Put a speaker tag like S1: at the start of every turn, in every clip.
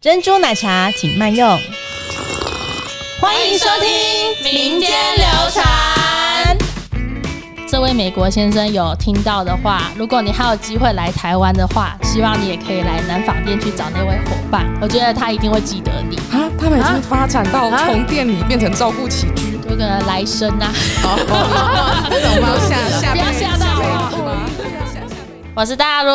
S1: 珍珠奶茶请慢用。欢
S2: 迎收听民间流传。这位美国先生有听到的话，如果你还有机会来台湾的话，希望你也可以来南纺店去找那位伙伴，我觉得他一定会记得你，
S3: 啊，他们已经发展到
S1: 啊
S3: 从店里变成照顾起居，
S2: 有个来生啊。
S3: 这种吗？下下
S2: 不要吓到我我是大如，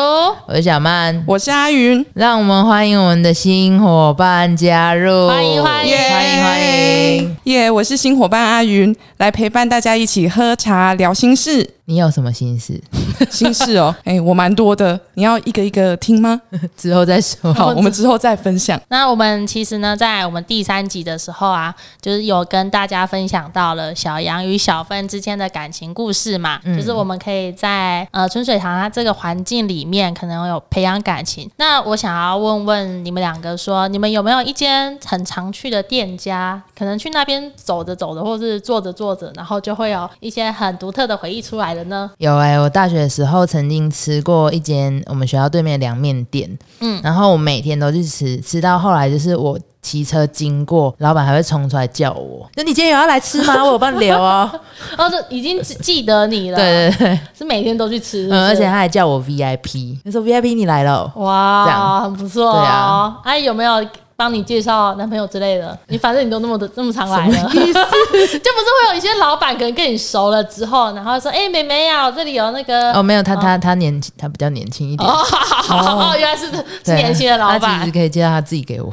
S4: 我是小曼，
S3: 我是阿云，
S4: 让我们欢迎我们的新伙伴加入，
S2: 欢迎欢迎
S3: 耶
S4: 欢迎欢迎！
S3: 耶我是新伙伴阿云，来陪伴大家一起喝茶聊心 事，
S4: 你有什么心事？
S3: 心事哦，哎、我蛮多的，你要一个一个听 吗？
S4: 之后再说。
S3: 好，我们之后再分享。
S2: 那我们其实呢，在我们第三集的时候啊，就是有跟大家分享到了小杨与小芬之间的感情故事嘛，
S4: 嗯
S2: 就是我们可以在呃春水堂它这个环境里面，可能有培养感情。那我想要问问你们两个说你们有没有一间很常去的店家，可能去那边走着走着，或是坐着坐着，然后就会有一些很独特的回忆出来了呢？
S4: 有哎、我大学的时候曾经吃过一间我们学校对面的凉面店，嗯，然后我每天都去吃，吃到后来就是我骑车经过，老板还会冲出来叫我，那你今天有要来吃吗？我有帮你留哦。
S2: 哦，这已经记记得你了，
S4: 对对对，
S2: 是每天都去吃是不是
S4: 嗯，而且他还叫我 VIP，他说 VIP 你来了。这
S2: 哇，
S4: 样
S2: 很不错
S4: 对
S2: 哦
S4: 啊。
S2: 哎、有没有帮你介绍男朋友之类的？你反正你都那么的那么常来了， 就不是会有一些老板可能跟你熟了之后，然后说：“哎、妹妹啊，我这里有那个……
S4: 哦，没有，他他他年轻，他比较年轻一点。
S2: 哦，哦原来是是
S4: 对
S2: 年轻的老
S4: 他其
S2: 板哦
S4: 实可以介绍他自己给我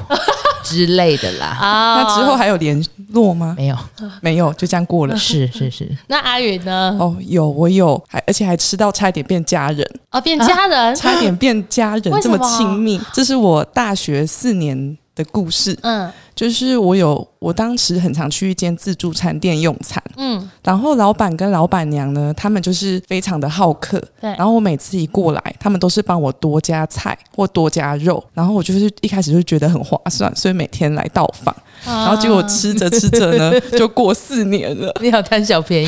S4: 之类的 啦。
S2: 啊。
S3: 那之后还有联络吗？
S4: 没有，
S3: 没有，就这样过了。
S4: 是是是，
S2: 那阿云呢？
S3: 哦，有我有，还而且还吃到差点变家人，
S2: 哦，变家人，
S3: 差点变家人
S2: 为什
S3: 这
S2: 么
S3: 么亲密，这是我大学四年的故事。
S2: 嗯
S3: 就是我有，我当时很常去一间自助餐店用餐，
S2: 嗯，
S3: 然后老板跟老板娘呢，他们就是非常的好客。
S2: 对
S3: 然后我每次一过来，他们都是帮我多加菜或多加肉，然后我就是一开始就觉得很划算，所以每天来到访。
S2: 啊哦
S3: 然后结果吃着吃着呢，就过四年了。
S4: 你好贪小便宜，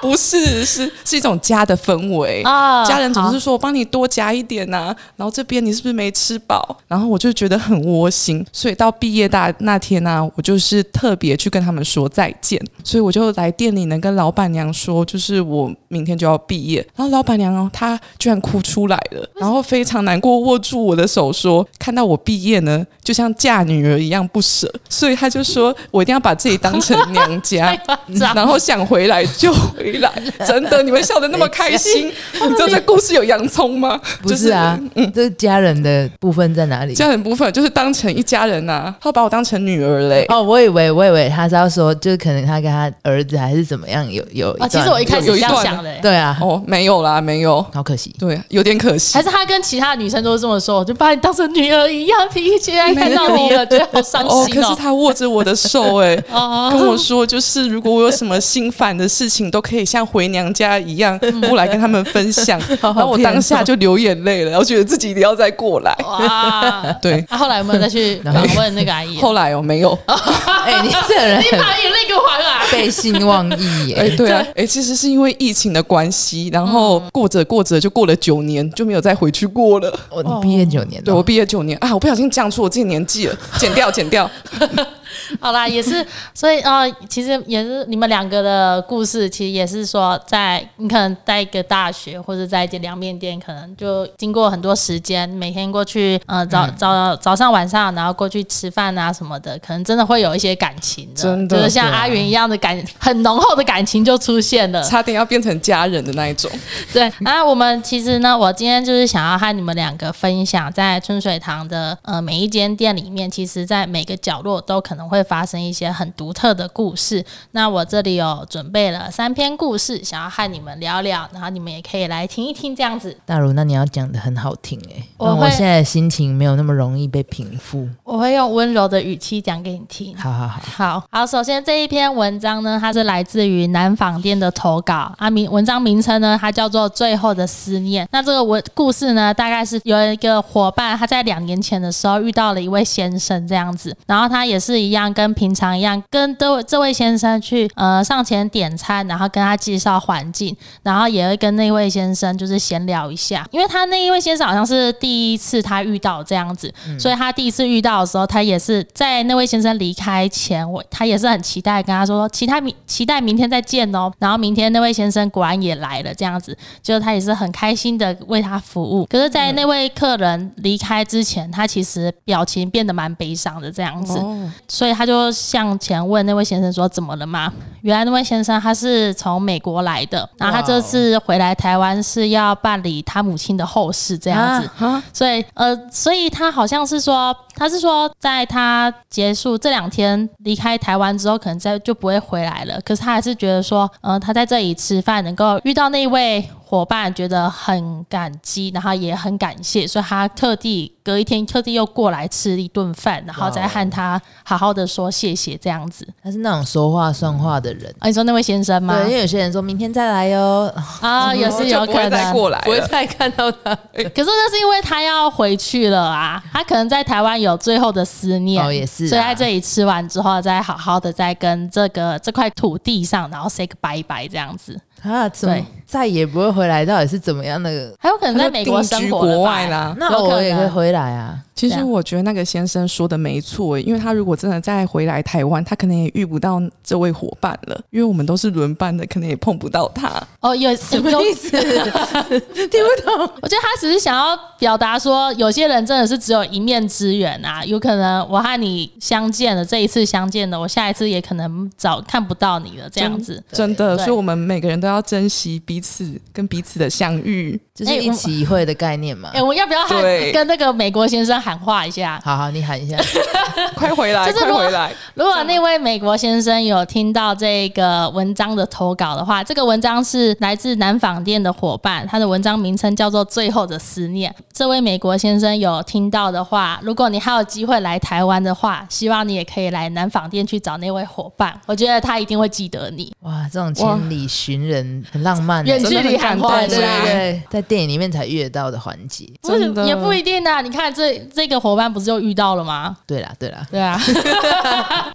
S3: 不是，是是一种家的氛围。
S2: 啊
S3: 家人总是
S2: 好
S3: 说我帮你多夹一点呐、然后这边你是不是没吃饱？然后我就觉得很窝心，所以到毕业大那天呢、我就是特别去跟他们说再见，所以我就来店里呢跟老板娘说，就是我明天就要毕业。然后老板娘哦，她居然哭出来了，然后非常难过，握住我的手说，看到我毕业呢，就像嫁女儿一样不舍，所以她就说我一定要把自己当成娘家
S2: 太。夸 张
S3: 然后想回来就回来，真的，你们笑得那么开心，你知道这故事有洋葱吗？
S4: 不是 啊，这是家人的部分在哪里
S3: 就是、？家人部分就是当成一家人呐、啊他把我当成女儿嘞。
S4: 哦，我以为我以为他是要说，就是可能他跟他儿子还是怎么样，有嗯有一段
S2: 啊，其实我一开始
S3: 有
S2: 这
S3: 一
S2: 样
S3: 段
S2: 想的、欸。
S4: 对啊，
S3: 哦，没有啦，没有，
S4: 好可惜，
S3: 对，有点可惜
S2: 还。是他跟其他女生都是这么说，我就把你当成女儿一样，第一现在看到你了，觉得好伤
S3: 哦，
S2: 心
S3: 可是
S2: 哦。
S3: 他握着我的手、 哎。
S2: 哦
S3: 跟我说，就是如果我有什么心烦的事情，都可以像回娘家一样过来跟他们分享。
S4: 嗯 好
S3: 然后我
S4: 骗哦
S3: 当下就流眼泪了，我觉得自己一定要再过来。
S2: 哇！
S3: 对，
S2: 他、后来有没有再去访问那个阿 姨？
S3: 后来哦，没有，
S4: 哎，你这个人
S2: 你
S4: 很
S2: 把眼泪给我还来。
S4: 背信忘义
S3: 哎、
S4: 耶，
S3: 对啊，哎、其实是因为疫情的关系，然后
S2: 嗯
S3: 过着过着就过了九年，就没有再回去过了。
S4: 我你毕业九年了，
S3: 对我毕业九年啊，我不小心讲出我自己年纪了， 剪掉 剪掉。
S2: 好啦，也是，所以呃，其实也是你们两个的故事，其实也是说在，你可能在一个大学或者在一间凉面店，可能就经过很多时间，每天过去，呃，早早早上晚上，然后过去吃饭啊什么的，可能真的会有一些感情的，
S3: 真的
S2: 就是像
S4: 对啊
S2: 阿云一样的感，很浓厚的感情就出现了。
S3: 差点要变成家人的那一种。
S2: 对，那我们其实呢，我今天就是想要和你们两个分享，在春水堂的呃每一间店里面，其实在每个角落都可能会发生一些很独特的故事。那我这里有准备了三篇故事，想要和你们聊聊，然后你们也可以来听一听这样子。
S4: 大如，那你要讲的很好听哎，
S2: 我
S4: 让
S2: 会
S4: 我现在的心情没有那么容易被平复。
S2: 我我会用温柔的语气讲给你听。
S4: 好好好，
S2: 好好，首先这一篇文章呢，它是来自于南纺店的投稿啊，名文章名称呢，它叫做《最后的思念》。那这个文故事呢，大概是有一个伙伴，他在两年前的时候遇到了一位先生这样子，然后他也是一样跟平常一样，跟这这位先生去呃上前点餐，然后跟他介绍环境，然后也会跟那位先生就是闲聊一下，因为他那一位先生好像是第一次他遇到这样子，所以他第一次遇到的时候，他也是在那位先生离开前，我他也是很期待，跟他说期待明期待明天再见哦。然后明天那位先生果然也来了，这样子，就是他也是很开心的为他服务。可是，在那位客人离开之前，他其实表情变得蛮悲伤的这样子，
S3: 哦，
S2: 所以他就向前问那位先生说：“怎么了吗？”原来那位先生他是从美国来的，然后
S3: 哦
S2: 他这次回来台湾是要办理他母亲的后事这样子，
S3: 啊，
S2: 所以呃，所以他好像是说，他是说在他结束这两天离开台湾之后，可能再就不会回来了。可是他还是觉得说，呃，他在这里吃饭能够遇到那位。伙伴觉得很感激，然后也很感谢，所以他特地隔一天特地又过来吃一顿饭，然后再和他好好的说谢谢这样子。
S4: 他是那种说话算话的人。
S2: 啊，你说那位先生吗
S4: 对，？因为有些人说明天再来哦哟，
S2: 啊，也是有
S3: 就不会
S2: 可
S3: 再
S2: 能。
S3: 过来
S4: 不会
S3: 了。
S4: 再看到他。
S2: 可是那是因为他要回去了啊，他可能在台湾有最后的思念，
S4: 哦也是啊
S2: 所以在这里吃完之后，再好好的再跟这个这块土地上，然后 say 个拜拜这样子，
S4: 啊，怎么
S2: 对
S4: 再也不会回来？到底是怎么样的？
S2: 还有可能在美国生
S3: 定居
S2: 活了吧
S3: 国外。啦，
S4: 那
S2: 有可
S4: 我也
S2: 能
S4: 会回来啊。
S3: 其
S2: 这
S3: 实
S2: 样
S3: 我觉得那个先生说的没错欸，因为他如果真的再回来台湾，他可能也遇不到这位伙伴了，因为我们都是轮班的，可能也碰不到他。
S2: 哦，有什
S4: 什么意思？ 哎听不懂。
S2: 我觉得他只是想要表达说，有些人真的是只有一面之缘啊，有可能我和你相见了，这一次相见了，我下一次也可能找看不到你了，这样
S4: 嗯
S2: 子。
S3: 真的，
S2: 对
S3: 所以我们每个人都要珍惜彼此跟彼此的相 遇。
S4: 就是
S2: 哎
S4: 一
S2: 我
S4: 起一会的概念嘛
S2: 哎、。我要不要和
S3: 对
S2: 跟那个美国先生喊话一下？
S4: 好好，你喊 一下。
S3: 快回来，
S2: 就是
S3: 快
S2: 如果
S3: 回 来！
S2: 如果那位美国先生有听到这个文章的投稿的话，这个文章是来自南纺店的伙伴，他的文章名称叫做《最后的思念》。这位美国先生有听到的话，如果你还有机会来台湾的话，希望你也可以来南纺店去找那位伙伴，我觉得他一定会记得你。
S4: 哇，这种千里寻人很浪漫欸。
S2: 远
S3: 嗯真
S2: 距
S3: 的
S2: 离
S3: 很
S2: 喊
S3: 感
S2: 话，
S3: 动
S4: 对
S2: 对
S4: 对
S2: 不对？
S4: 对，在电影里面才遇到的环节。
S2: 不是
S3: 真的
S2: 也不一定啊，你看这这个伙伴不是就遇到了吗？
S4: 对啦，对啦，
S2: 对啊，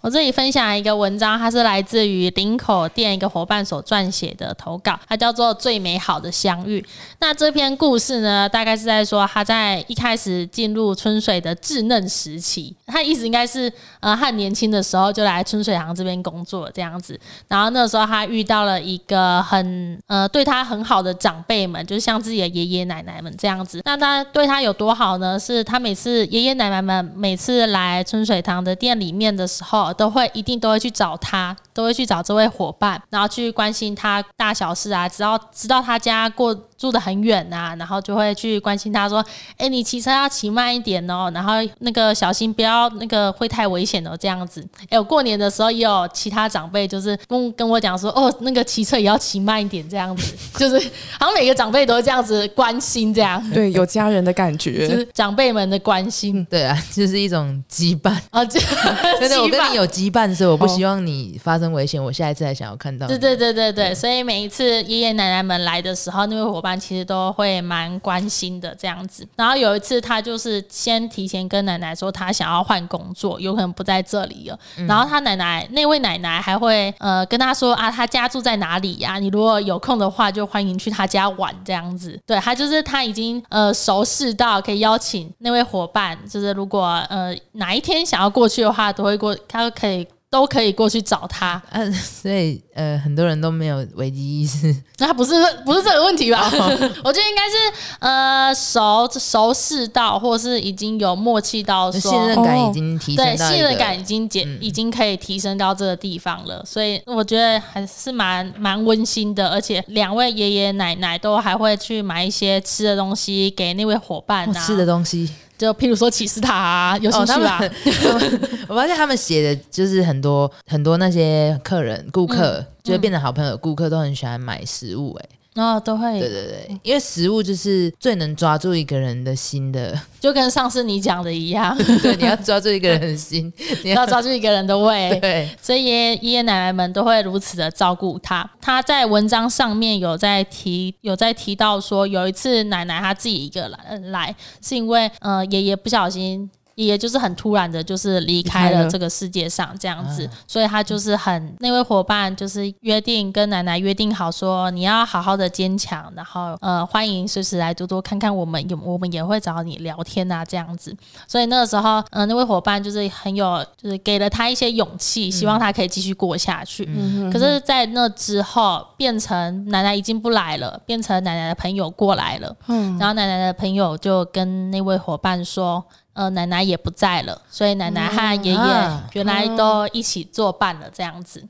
S2: 我这里分享一个文章，它是来自于林口店一个伙伴所撰写的投稿，它叫做《最美好的相遇》。那这篇故事呢，大概是在说他在一开始进入春水的稚嫩时期，他意思应该是呃，他很年轻的时候就来春水行这边工作这样子。然后那时候他遇到了一个很呃对他很好的长辈们，就是像自己的爷爷奶奶们这样子。那他对他有多好呢？是他每次爷爷奶奶们每次来春水堂的店里面的时候，都会一定都会去找他，都会去找这位伙伴，然后去关心他大小事啊，只要知道他家过住得很远啊，然后就会去关心他说，哎、你骑车要骑慢一点哦，然后那个小心不要那个会太危险哦，这样子。哎、我过年的时候也有其他长辈就是跟跟我讲说，哦，那个骑车也要骑慢一点，这样子，就是好像每个长辈都会这样子关心，这样
S3: 对，有家人的感
S2: 就
S3: 觉，
S2: 是长辈们的关心。
S4: 对啊，就是一种羁绊。
S2: 啊， 这
S4: 对对，我跟你有羁绊，所以我不
S3: 哦
S4: 希望你发生危险。我下一次还想要看到你。
S2: 对对对对对，所以每一次爷爷奶奶们来的时候，那位伙伴其实都会蛮关心的这样子。然后有一次，他就是先提前跟奶奶说他想要换工作，有可能不在这里了。然后他奶奶那位奶奶还会呃跟他说啊，他家住在哪里呀、你如果有空的话，就欢迎去他家玩这样子。对他就是他已经呃熟识到可以邀请那位伙伴，就是如果呃哪一天想要过去的话，都会过，他可以都可以过去找他。
S4: 啊， 所以呃，很多人都没有危机意 识。
S2: 那不是不是这个问题吧？
S4: 哦
S2: 我觉得应该是呃熟熟识到，或是已经有默契到说
S4: 信任感已经提升
S2: 对
S4: 到一
S2: 信
S4: 个嗯
S2: 任感已经解、已经可以提升到这个地方了，所以我觉得还是蛮蛮温馨的，而且两位爷爷奶奶都还会去买一些吃的东西给那位伙伴
S4: 哦
S2: 啊，
S4: 吃的东西。
S2: 就譬如说起司塔、啊，有 兴
S4: 哦，
S2: 趣
S4: 他们
S2: 吧？
S4: 我发现他们 写的就是很
S2: 嗯
S4: 多很多那些客人顾客，就会变成好朋友的顾客都很喜欢买食物、哎、
S2: 然后哦都
S4: 对
S2: 会
S4: 对对，因为食物就是最能抓住一个人的心 的，
S2: 就跟上次你讲的一样，
S4: 对，你要抓住一个人的心，你
S2: 要抓住一个人的胃。
S4: 对，
S2: 所以爷爷奶奶们都会如此的照顾他。他在文章上面有在提，有在提到说，有一次奶奶她自己一个来呃来，是因为呃爷爷不小心。爷爷就是很突然的，就是离开
S3: 离开
S2: 了
S3: 了
S2: 这个世界上这样子，所以他就是很那位伙伴就是约定跟奶奶约定好说，你要好好的坚强，然后呃欢迎随时来多多看看我们有我们也会找你聊天啊这样子。所以那个时候，嗯、那位伙伴就是很有，就是给了他一些勇气，希望他可以继续过下去。可是，在那之后，变成奶奶已经不来了，变成奶奶的朋友过来了。然后奶奶的朋友就跟那位伙伴说。呃，奶奶也不在了，所以奶奶和爷爷
S4: 啊
S2: 原来都一起作伴了，这样子。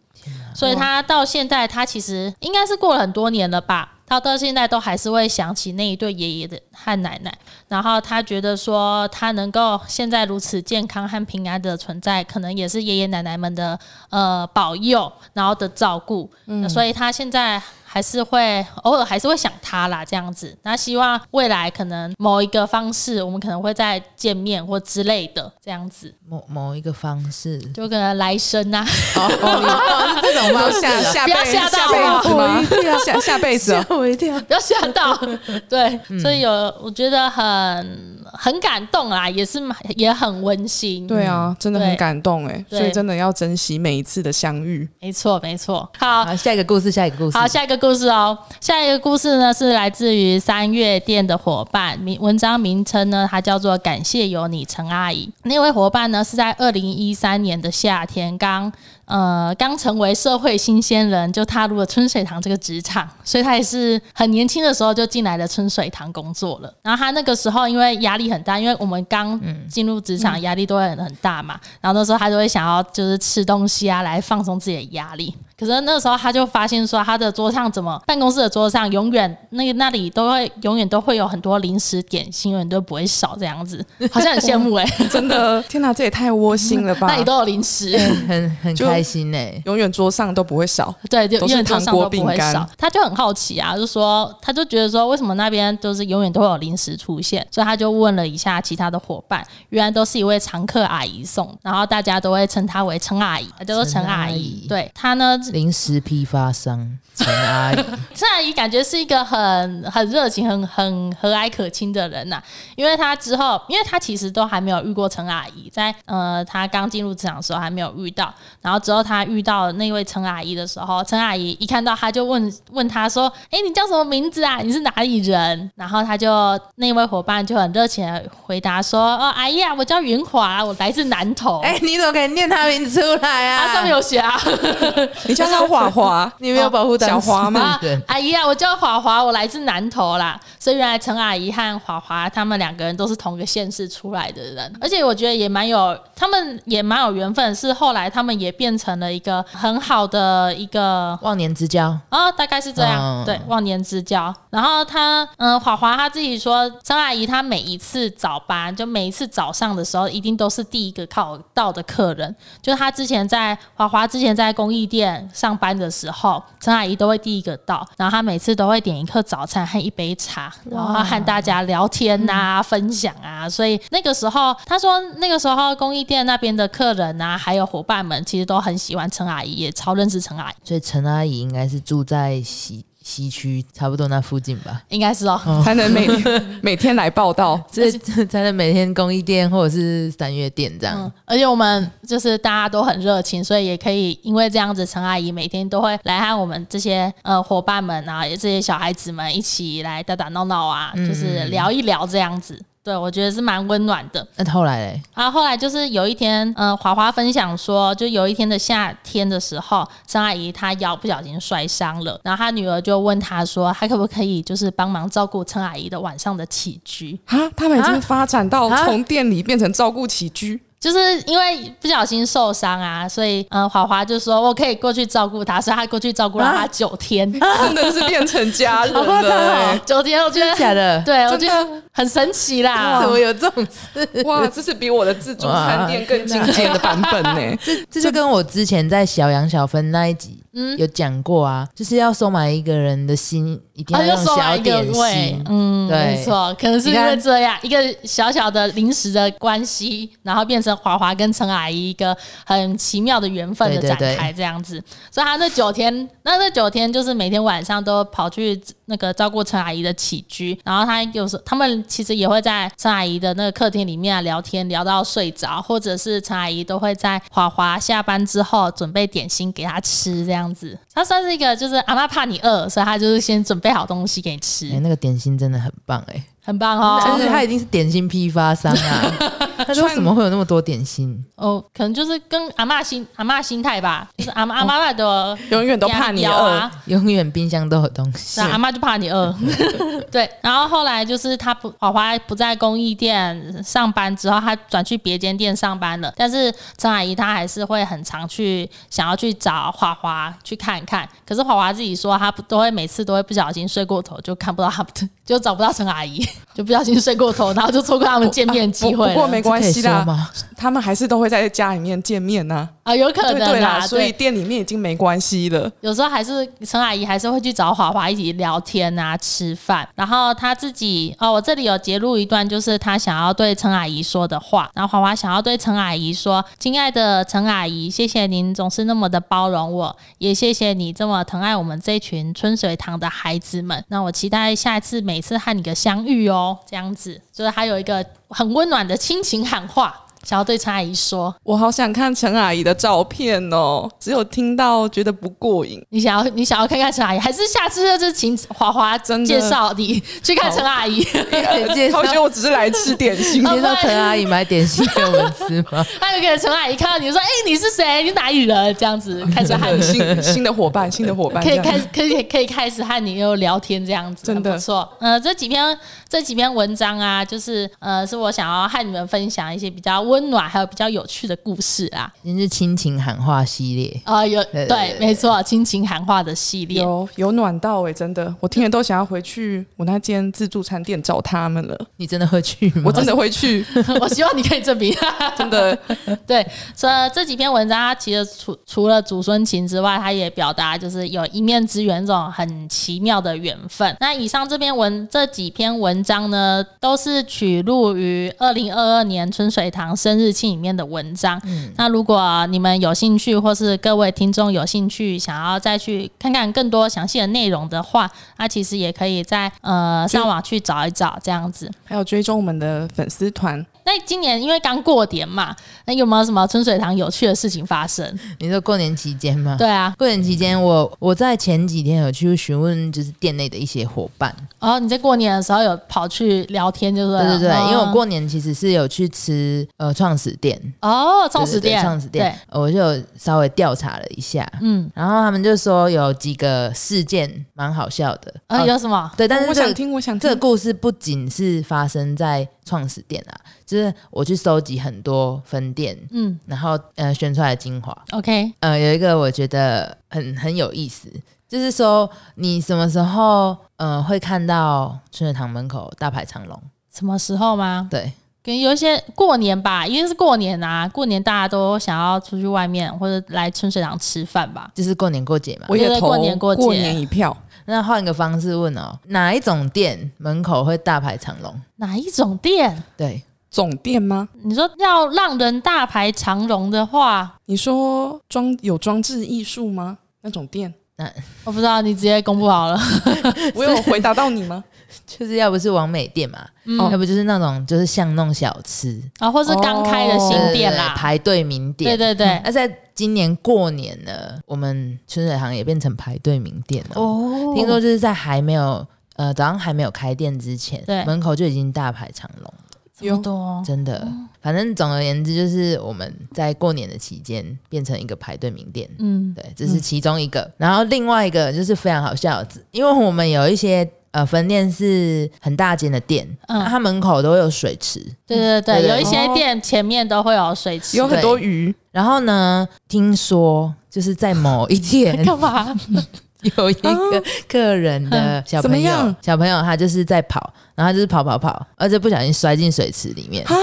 S2: 所以他到现在，他其实应该是过了很多年了吧，他到现在都还是会想起那一对爷爷的和奶奶。然后他觉得说，他能够现在如此健康和平安的存在，可能也是爷爷奶奶们的呃保佑，然后的照顾。嗯，所以他现在。还是会偶尔还是会想他啦，这样子。那希望未来可能某一个方式，我们可能会再见面或之类的，这样子，
S4: 某某一个方式，
S2: 就可能来生啊。
S4: 哦，你哦是这种方式
S3: 下
S4: 啊，
S3: 下
S2: 不要
S3: 辈
S2: 吓到
S3: 下辈子吗？下下辈子哦，
S4: 我一跳，
S2: 不要吓到，对，所以有我觉得很很感动啦，也是蛮也很温馨，
S3: 对啊，真的很
S2: 对
S3: 感动哎，
S2: 对
S3: 所以真的要珍惜每一次的相遇。
S2: 没错没错。好
S4: 好，下一个故事，下一个故事，
S2: 好，下一个故事哦，下一个故事呢是来自于三月店的伙伴，名文章名称呢它叫做“感谢有你，陈阿姨”。那位伙伴呢是在二零一三年的夏天刚。呃，刚成为社会新鲜人，就踏入了春水堂这个职场，所以他也是很年轻的时候就进来了春水堂工作了。然后他那个时候因为压力很大，嗯因为我们刚进入职场，压力都会很很大嘛。然后那时候他就会想要就是吃东西啊，来放松自己的压力。可是那时候他就发现说，他的桌上怎么办公室的桌上永远那个那里都会永远都会有很多零食点心，永远都不会少这样子，好像很羡慕哎、
S3: 真的，天哪，这也太窝心了吧！
S2: 那里都有零食。
S4: 很很
S3: 就
S4: 开心呢、
S3: 永远桌上都不会少，
S2: 对，就
S3: 都是
S2: 永远桌
S3: 糖
S2: 上
S3: 果
S2: 都不会
S3: 饼干
S2: 少。他就很好奇啊，就说他就觉得说，为什么那边就是永远都会有零食出现？所以他就问了一下其他的伙伴，原来都是一位常客阿姨送，然后大家都会称她为陈阿姨，叫做陈阿
S4: 陈阿
S2: 姨
S4: 姨。
S2: 对她呢，
S4: 临时批发商陈阿 姨，
S2: 陈阿姨感觉是一个很很热情、很很和蔼可亲的人呐、因为她之后，因为她其实都还没有遇过陈阿姨，在呃她刚进入职场的时候还没有遇到，然后之后她遇到那位陈阿姨的时候，陈阿姨一看到她就问问她说：“哎、你叫什么名字啊？你是哪里人？”然后她就那位伙伴就很热情的回答说：“哦，阿姨啊，我叫云华，我来自南投。
S4: 哎、你怎么可以念他名出来啊？
S2: 啊，上面有写啊。
S3: 你叫他画画，
S4: 你没有保护当事
S3: 小花吗？
S2: 啊
S4: 对，
S2: 阿姨啊，我叫华华，我来自南投啦。所以原来陈阿姨和华华他们两个人都是同一个县市出来的人，而且我觉得也蛮有，他们也蛮有缘分，是后来他们也变成了一个很好的一个
S4: 忘年之交，
S2: 哦，大概是这样，
S4: 嗯
S2: 对，忘年之交。然后他，嗯，华华他自己说，张阿姨她每一次早班，就每一次早上的时候，一定都是第一个靠到的客人。就是她之前在华华之前在公益店上班的时候，张阿姨都会第一个到，然后她每次都会点一颗早餐和一杯茶，然后和大家聊天呐、分享啊。所以那个时候，他说那个时候公益店那边的客人啊，还有伙伴们，其实都很喜欢陈阿姨，也超认识陈阿姨。
S4: 所以陈阿姨应该是住在西西区，差不多那附近 吧。
S2: 应该是哦，
S3: 才能每 每天来报道。
S4: 这这才能每天公益店或者是三月店这样。
S2: 嗯，而且我们就是大家都很热情，所以也可以因为这样子，陈阿姨每天都会来和我们这些呃伙伴们啊，也这些小孩子们一起来打打闹闹啊，就是聊一聊这样子。对，我觉得是蛮温暖的。
S4: 那后来嘞，
S2: 然后后来就是有一天，呃，华华分享说，就有一天的夏天的时候，张阿姨她腰不小心摔伤了，然后她女儿就问她说，她可不可以就是帮忙照顾陈阿姨的晚上的起居？
S3: 啊，他们已经发展到
S4: 啊
S3: 从店里变成照顾起居，
S2: 就是因为不小心受伤啊，所以呃，华华就说我可以过去照顾他，所以他过去照顾了他九天，
S4: 啊
S3: 真的是变成家人
S4: 好夸张
S3: 了
S4: 哦。
S2: 九天我觉得
S4: 真的假的
S2: 对我觉
S3: 真的
S2: 得很神奇 啦
S4: 怎。么有这种事？
S3: 哇，这是比我的自助餐店更进阶的版本呢。
S4: 这就跟我之前在小羊小分那一集
S2: 嗯，
S4: 有讲过啊，就是要收买一个人的心，一定
S2: 啊，
S4: 要
S2: 又
S4: 用
S2: 收来
S4: 小
S2: 一个
S4: 点
S2: 位
S4: 心，，
S2: 嗯，
S4: 对
S2: 没错，可能是
S4: 你
S2: 因为
S4: 看
S2: 这样一个小小的临时的关系，然后变成华华跟陈阿姨一个很奇妙的缘分的
S4: 对
S2: 展
S4: 对对
S2: 开，这样子。所以他那九天，那那九天就是每天晚上都跑去那个照顾陈阿姨的起居，然后他有时候他们其实也会在陈阿姨的那个客厅里面、啊、聊天，聊到睡着，或者是陈阿姨都会在华华下班之后准备点心给他吃，这样子。他算是一个就是阿妈怕你饿，所以他就是先准备好东西给你吃，
S3: 嗯
S4: 哎、那个点心真的很棒哎、
S2: 很棒哦。
S4: 但是他一定是点心批发商啊，他说为什么会有那么多点心？
S2: 哦，可能就是跟阿妈心阿妈心态吧，就是阿嬷阿妈的
S3: 永 远都怕你
S2: 压力啊
S3: 饿。
S4: 永远冰箱都有东西
S2: 那。阿妈就怕你 饿，对。然后后来就是他不华华不在公益店上班之后，他转去别间店上班了。但是陈阿姨她还是会很常去想要去找华华去看看。可是华华自己说，她不都会每次都会不小心睡过头，就看不到他们， 就找不到陈阿姨，就不小心睡过头，然后就错过他们见面机会
S3: 不
S2: 了。
S3: 不过没关
S4: 这
S3: 系
S4: 可以说
S3: 啦
S4: 吗，
S3: 他们还是都会在家里面见面呐、
S2: 啊，有可
S3: 对对
S2: 能
S3: 啦，
S2: 啊，
S3: 所以
S2: 对。
S3: 店里面已经没关系了。
S2: 有时候还是陈阿姨还是会去找华华一起聊天啊、吃饭，然后她自己哦，我这里有截录一段，就是她想要对陈阿姨说的话，然后华华想要对陈阿姨说：“亲爱的陈阿姨，谢谢您总是那么的包容我，也谢谢你这么疼爱我们这群春水堂的孩子们。那我期待下一次每次和你的相遇哦，这样子就是还有一个很温暖的亲情喊话，想要对陈阿姨说。”
S3: 我好想看陈阿姨的照片哦，只有听到觉得不过瘾。
S2: 你想要你想要看看陈阿姨，还是下次就是请华华
S3: 真的
S2: 介绍你去看陈阿姨？，
S4: 哎介
S3: 他
S4: 绍
S3: 会觉得我只是来吃点 心
S4: 介绍陈阿姨买点心给我们吃吗？
S2: 还有一个陈阿姨看到你就说：“哎、你是谁？你是哪里人？”这样子开始和你。
S3: 新新的伙伴，新的伙伴，
S2: 可 以
S3: 这样
S2: 开，可以可以开始和你又聊天这样子，
S3: 真的
S2: 很不错。呃，这几篇这几篇文章啊，就是呃，是我想要和你们分享一些比较温暖，还有比较有趣的故事啊。
S4: 今天是亲情喊话系列，
S2: 呃，有
S4: 对对
S2: 对，没错，亲情喊话的系列。
S3: 有有暖到哎、真的，我听了都想要回去我那间自助餐店找他们了，
S4: 你真的会去吗？
S2: 嗯
S3: 我真的会去，
S2: 我希望你可以证明。
S3: 真的
S2: 对，这这几篇文章，它其实除除了祖孙情之外，它也表达就是有一面之缘这种很奇妙的缘分。那以上这篇文这几篇文章呢，都是取录于二零二二年春水堂生日庆里面的文章。那如果你们有兴趣，或是各位听众有兴趣想要再去看看更多详细的内容的话，那其实也可以在呃上网去找一找这样子。
S3: 还有追踪我们的粉丝 团，
S2: 那今年因为刚过年嘛，那有没有什么春水堂有趣的事情发生？
S4: 你说过年期间吗？
S2: 对啊，
S4: 过年期间我，我在前几天有去询问，就是店内的一些伙伴，
S2: 哦，你在过年的时候有跑去聊天，就是
S4: 对对对，
S2: 哦
S4: 因为我过年其实是有去吃呃创始店，
S2: 哦，创始
S4: 对对
S2: 店，
S4: 对创始店，呃我就有稍微调查了一下，
S2: 对，嗯，
S4: 然后他们就说有几个事件蛮好笑的，
S2: 啊，
S4: 呃
S2: 有什么？
S4: 对，但
S3: 哦我
S4: 是这
S3: 想
S4: 个
S3: 听，我想
S4: 这个
S3: 听，
S4: 故事不仅是发生在创始店啊，就是我去收集很多分店，
S2: 嗯
S4: 然后呃选出来的精华，
S2: ，OK，
S4: 呃，有一个我觉得很很有意思，就是说你什么时候呃会看到春水堂门口大排长龙？
S2: 什么时候吗？
S4: 对，
S2: 跟有一些过年吧，因为是过年啊，过年大家都想要出去外面或者来春水堂吃饭吧。
S4: 就是过年过节嘛。
S3: 我也
S2: 对对
S3: 投
S2: 过年过节
S3: 年一票，
S4: 那换一个方式问哦，哪一种店门口会大排长龙？
S2: 哪一种店？
S4: 对，
S3: 总店吗？
S2: 你说要让人大排长龙的话，
S3: 你说装有装置艺术吗？那种店，
S2: 我不知道，你直接公布好了。
S3: 我有回答到你吗？
S4: 就是要不是王美店嘛，
S2: 嗯
S4: 要不就是那种就是巷弄小吃
S2: 啊，或是刚开的新
S4: 对对
S2: 店
S4: 对
S2: 啦，
S4: 排队名店。
S2: 对对对
S4: 那、在今年过年呢，我们春水堂也变成排队名店了。
S2: 哦
S4: 听说就是在还没有呃早上还没有开店之前，
S2: 对哦
S4: 门口就已经大排长龙了，
S2: 有多
S4: 真的。反正总而言之，就是我们在过年的期间变成一个排队名店。
S2: 嗯
S4: 对，这是其中一个。
S3: 嗯
S4: 然后另外一个就是非常好笑，因为我们有一些呃分店是很大间的店，
S2: 嗯
S4: 那它门口都有水池。
S2: 对对
S4: 对哦
S2: 对，
S4: 对
S2: 有一些
S3: 哦
S2: 店前面都会有水池
S3: 有，很多鱼，
S4: 然后呢，听说就是在某一 天
S2: 干嘛？
S4: 有一个客人的小
S3: 哦嗯怎么
S4: 朋友
S3: 样，
S4: 小朋友他就是在跑，然后他就是跑跑跑，而且不小心摔进水池里面。
S2: 他是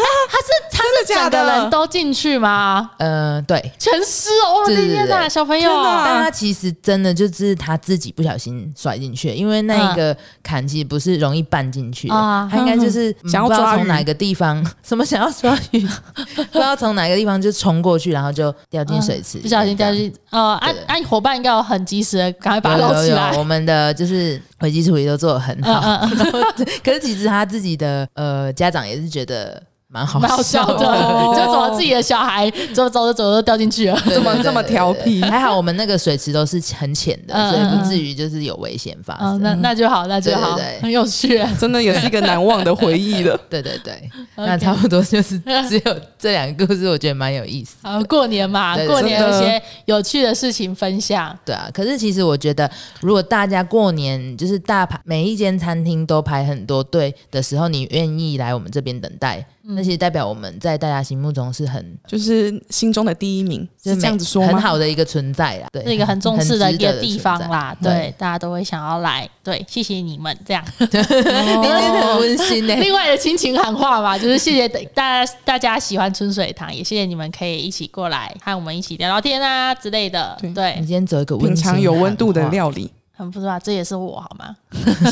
S2: 他是
S3: 假
S2: 整个
S3: 的
S2: 人都进去吗？
S4: 呃，对。
S2: 全湿哦！哇，
S4: 对对
S2: 天
S4: 对
S2: 哪，
S4: 对啊
S2: 小朋友啊哎
S3: 天哪
S4: 但他其实真的就是他自己不小心甩进去，因为那一个坎其实不是容易绊进去的，
S2: 啊
S4: 他应该 就是、嗯
S3: 想要
S4: 不知道
S3: 抓
S4: 从
S3: 鱼
S4: 哪个地方， 什么想要抓鱼， 不知道从哪个地方就冲过去，然后就掉进水池，
S2: 啊嗯不小心掉进哦，啊
S4: 对
S2: 啊！你伙伴应该有很及时的，赶快把它
S4: 有
S2: 捞
S4: 有
S2: 起
S4: 有
S2: 来。
S4: 我们的就是回击处理都做得很
S2: 嗯
S4: 好，
S2: 嗯嗯，
S4: 可是其实他自己的呃家长也是觉得蛮好
S2: 蛮好笑
S4: 笑
S2: 的，
S3: 哦
S2: 就怎么自己的小孩走着走着走着就掉 进去了。
S4: 对
S3: 怎么
S4: 对对
S3: 这么
S4: 对
S3: 调
S4: 对
S3: 皮
S4: 还好我们那个水池都是很浅的，
S2: 嗯
S4: 所以
S2: 嗯
S4: 不
S2: 嗯
S4: 至于就是有危险发
S2: 哦，
S4: 生。
S2: 那那就好，那就好
S4: 对对，对
S2: 很有趣。
S3: 真的也是一个难忘的回忆了。
S4: 对对对，那差不多就是只有这两个故事，我觉得蛮有意思。
S2: 啊，过年嘛，
S4: 对
S2: 过年
S3: 真
S2: 有
S3: 的
S2: 一些有趣的事情分享。
S4: 对啊，可是其实我觉得，如果大家过年就是大排每一间餐厅都排很多队的时候，你愿意来我们这边等待，那其实代表我们在大家心目中是很
S3: 就是心中的第一名，
S4: 就是每
S3: 这样子说吗？
S4: 很好的一个存在啦，对，
S2: 是一个很重视的
S4: 很
S2: 一
S4: 值得
S2: 个地方啦，
S4: 存在
S2: 对，，大家都会想要来，对，谢谢你们 这样。
S4: 对今天很温馨欸呢、
S2: 另外的亲情喊话嘛，就是谢谢大家大家喜欢春水堂，也谢谢你们可以一起过来和我们一起聊聊天啊之类的，
S3: 对
S4: 你
S2: 对
S4: 今，天走一个温
S3: 品
S4: 馨
S3: 尝有温度的
S4: 喊话，
S3: 料理。
S2: 很不错啊，这也是我好吗？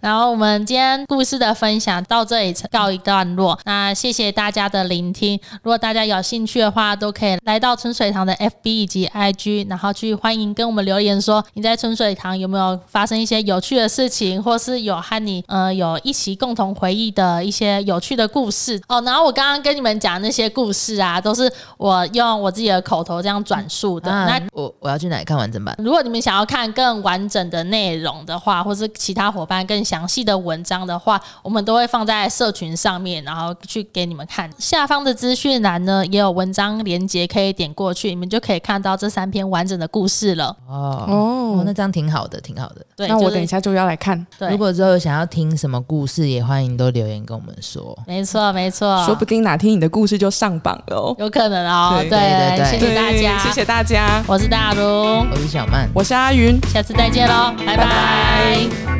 S2: 然后我们今天故事的分享到这里告一段落，那谢谢大家的聆听。如果大家有兴趣的话，都可以来到春水堂的 FB 以及 IG，然后去欢迎跟我们留言说你在春水堂有没有发生一些有趣的事情，或是有和你呃有一起共同回忆的一些有趣的故事哦。然后我刚刚跟你们讲那些故事啊，都是我用我自己的口头这样转述的。那
S4: 啊、我我要去哪里看完整版？
S2: 如果你们想要看更完整的内容的话，或是其他伙伴更详细的文章的话，我们都会放在社群上面，然后去给你们看。下方的资讯栏呢，也有文章连接可以点过去，你们就可以看到这三篇完整的故事了。
S4: 哦哦，
S3: 哦
S4: 那，这样挺好的，挺好的。
S2: 对，
S3: 那
S2: 就
S3: 我
S2: 是
S3: 等一下就要来看，
S2: 对，
S4: 如果之后有想要听什么故事，也欢迎都留言跟我们说。
S2: 没错没错，
S3: 说不定哪天你的故事就上榜了哦。
S2: 有可能哦。
S3: 对
S4: 对对
S2: 谢
S4: 对
S2: 谢大家，
S3: 谢谢大家，
S2: 我是大如，
S4: 我是小曼，
S3: 我是阿云。
S2: 下次再见喽，拜拜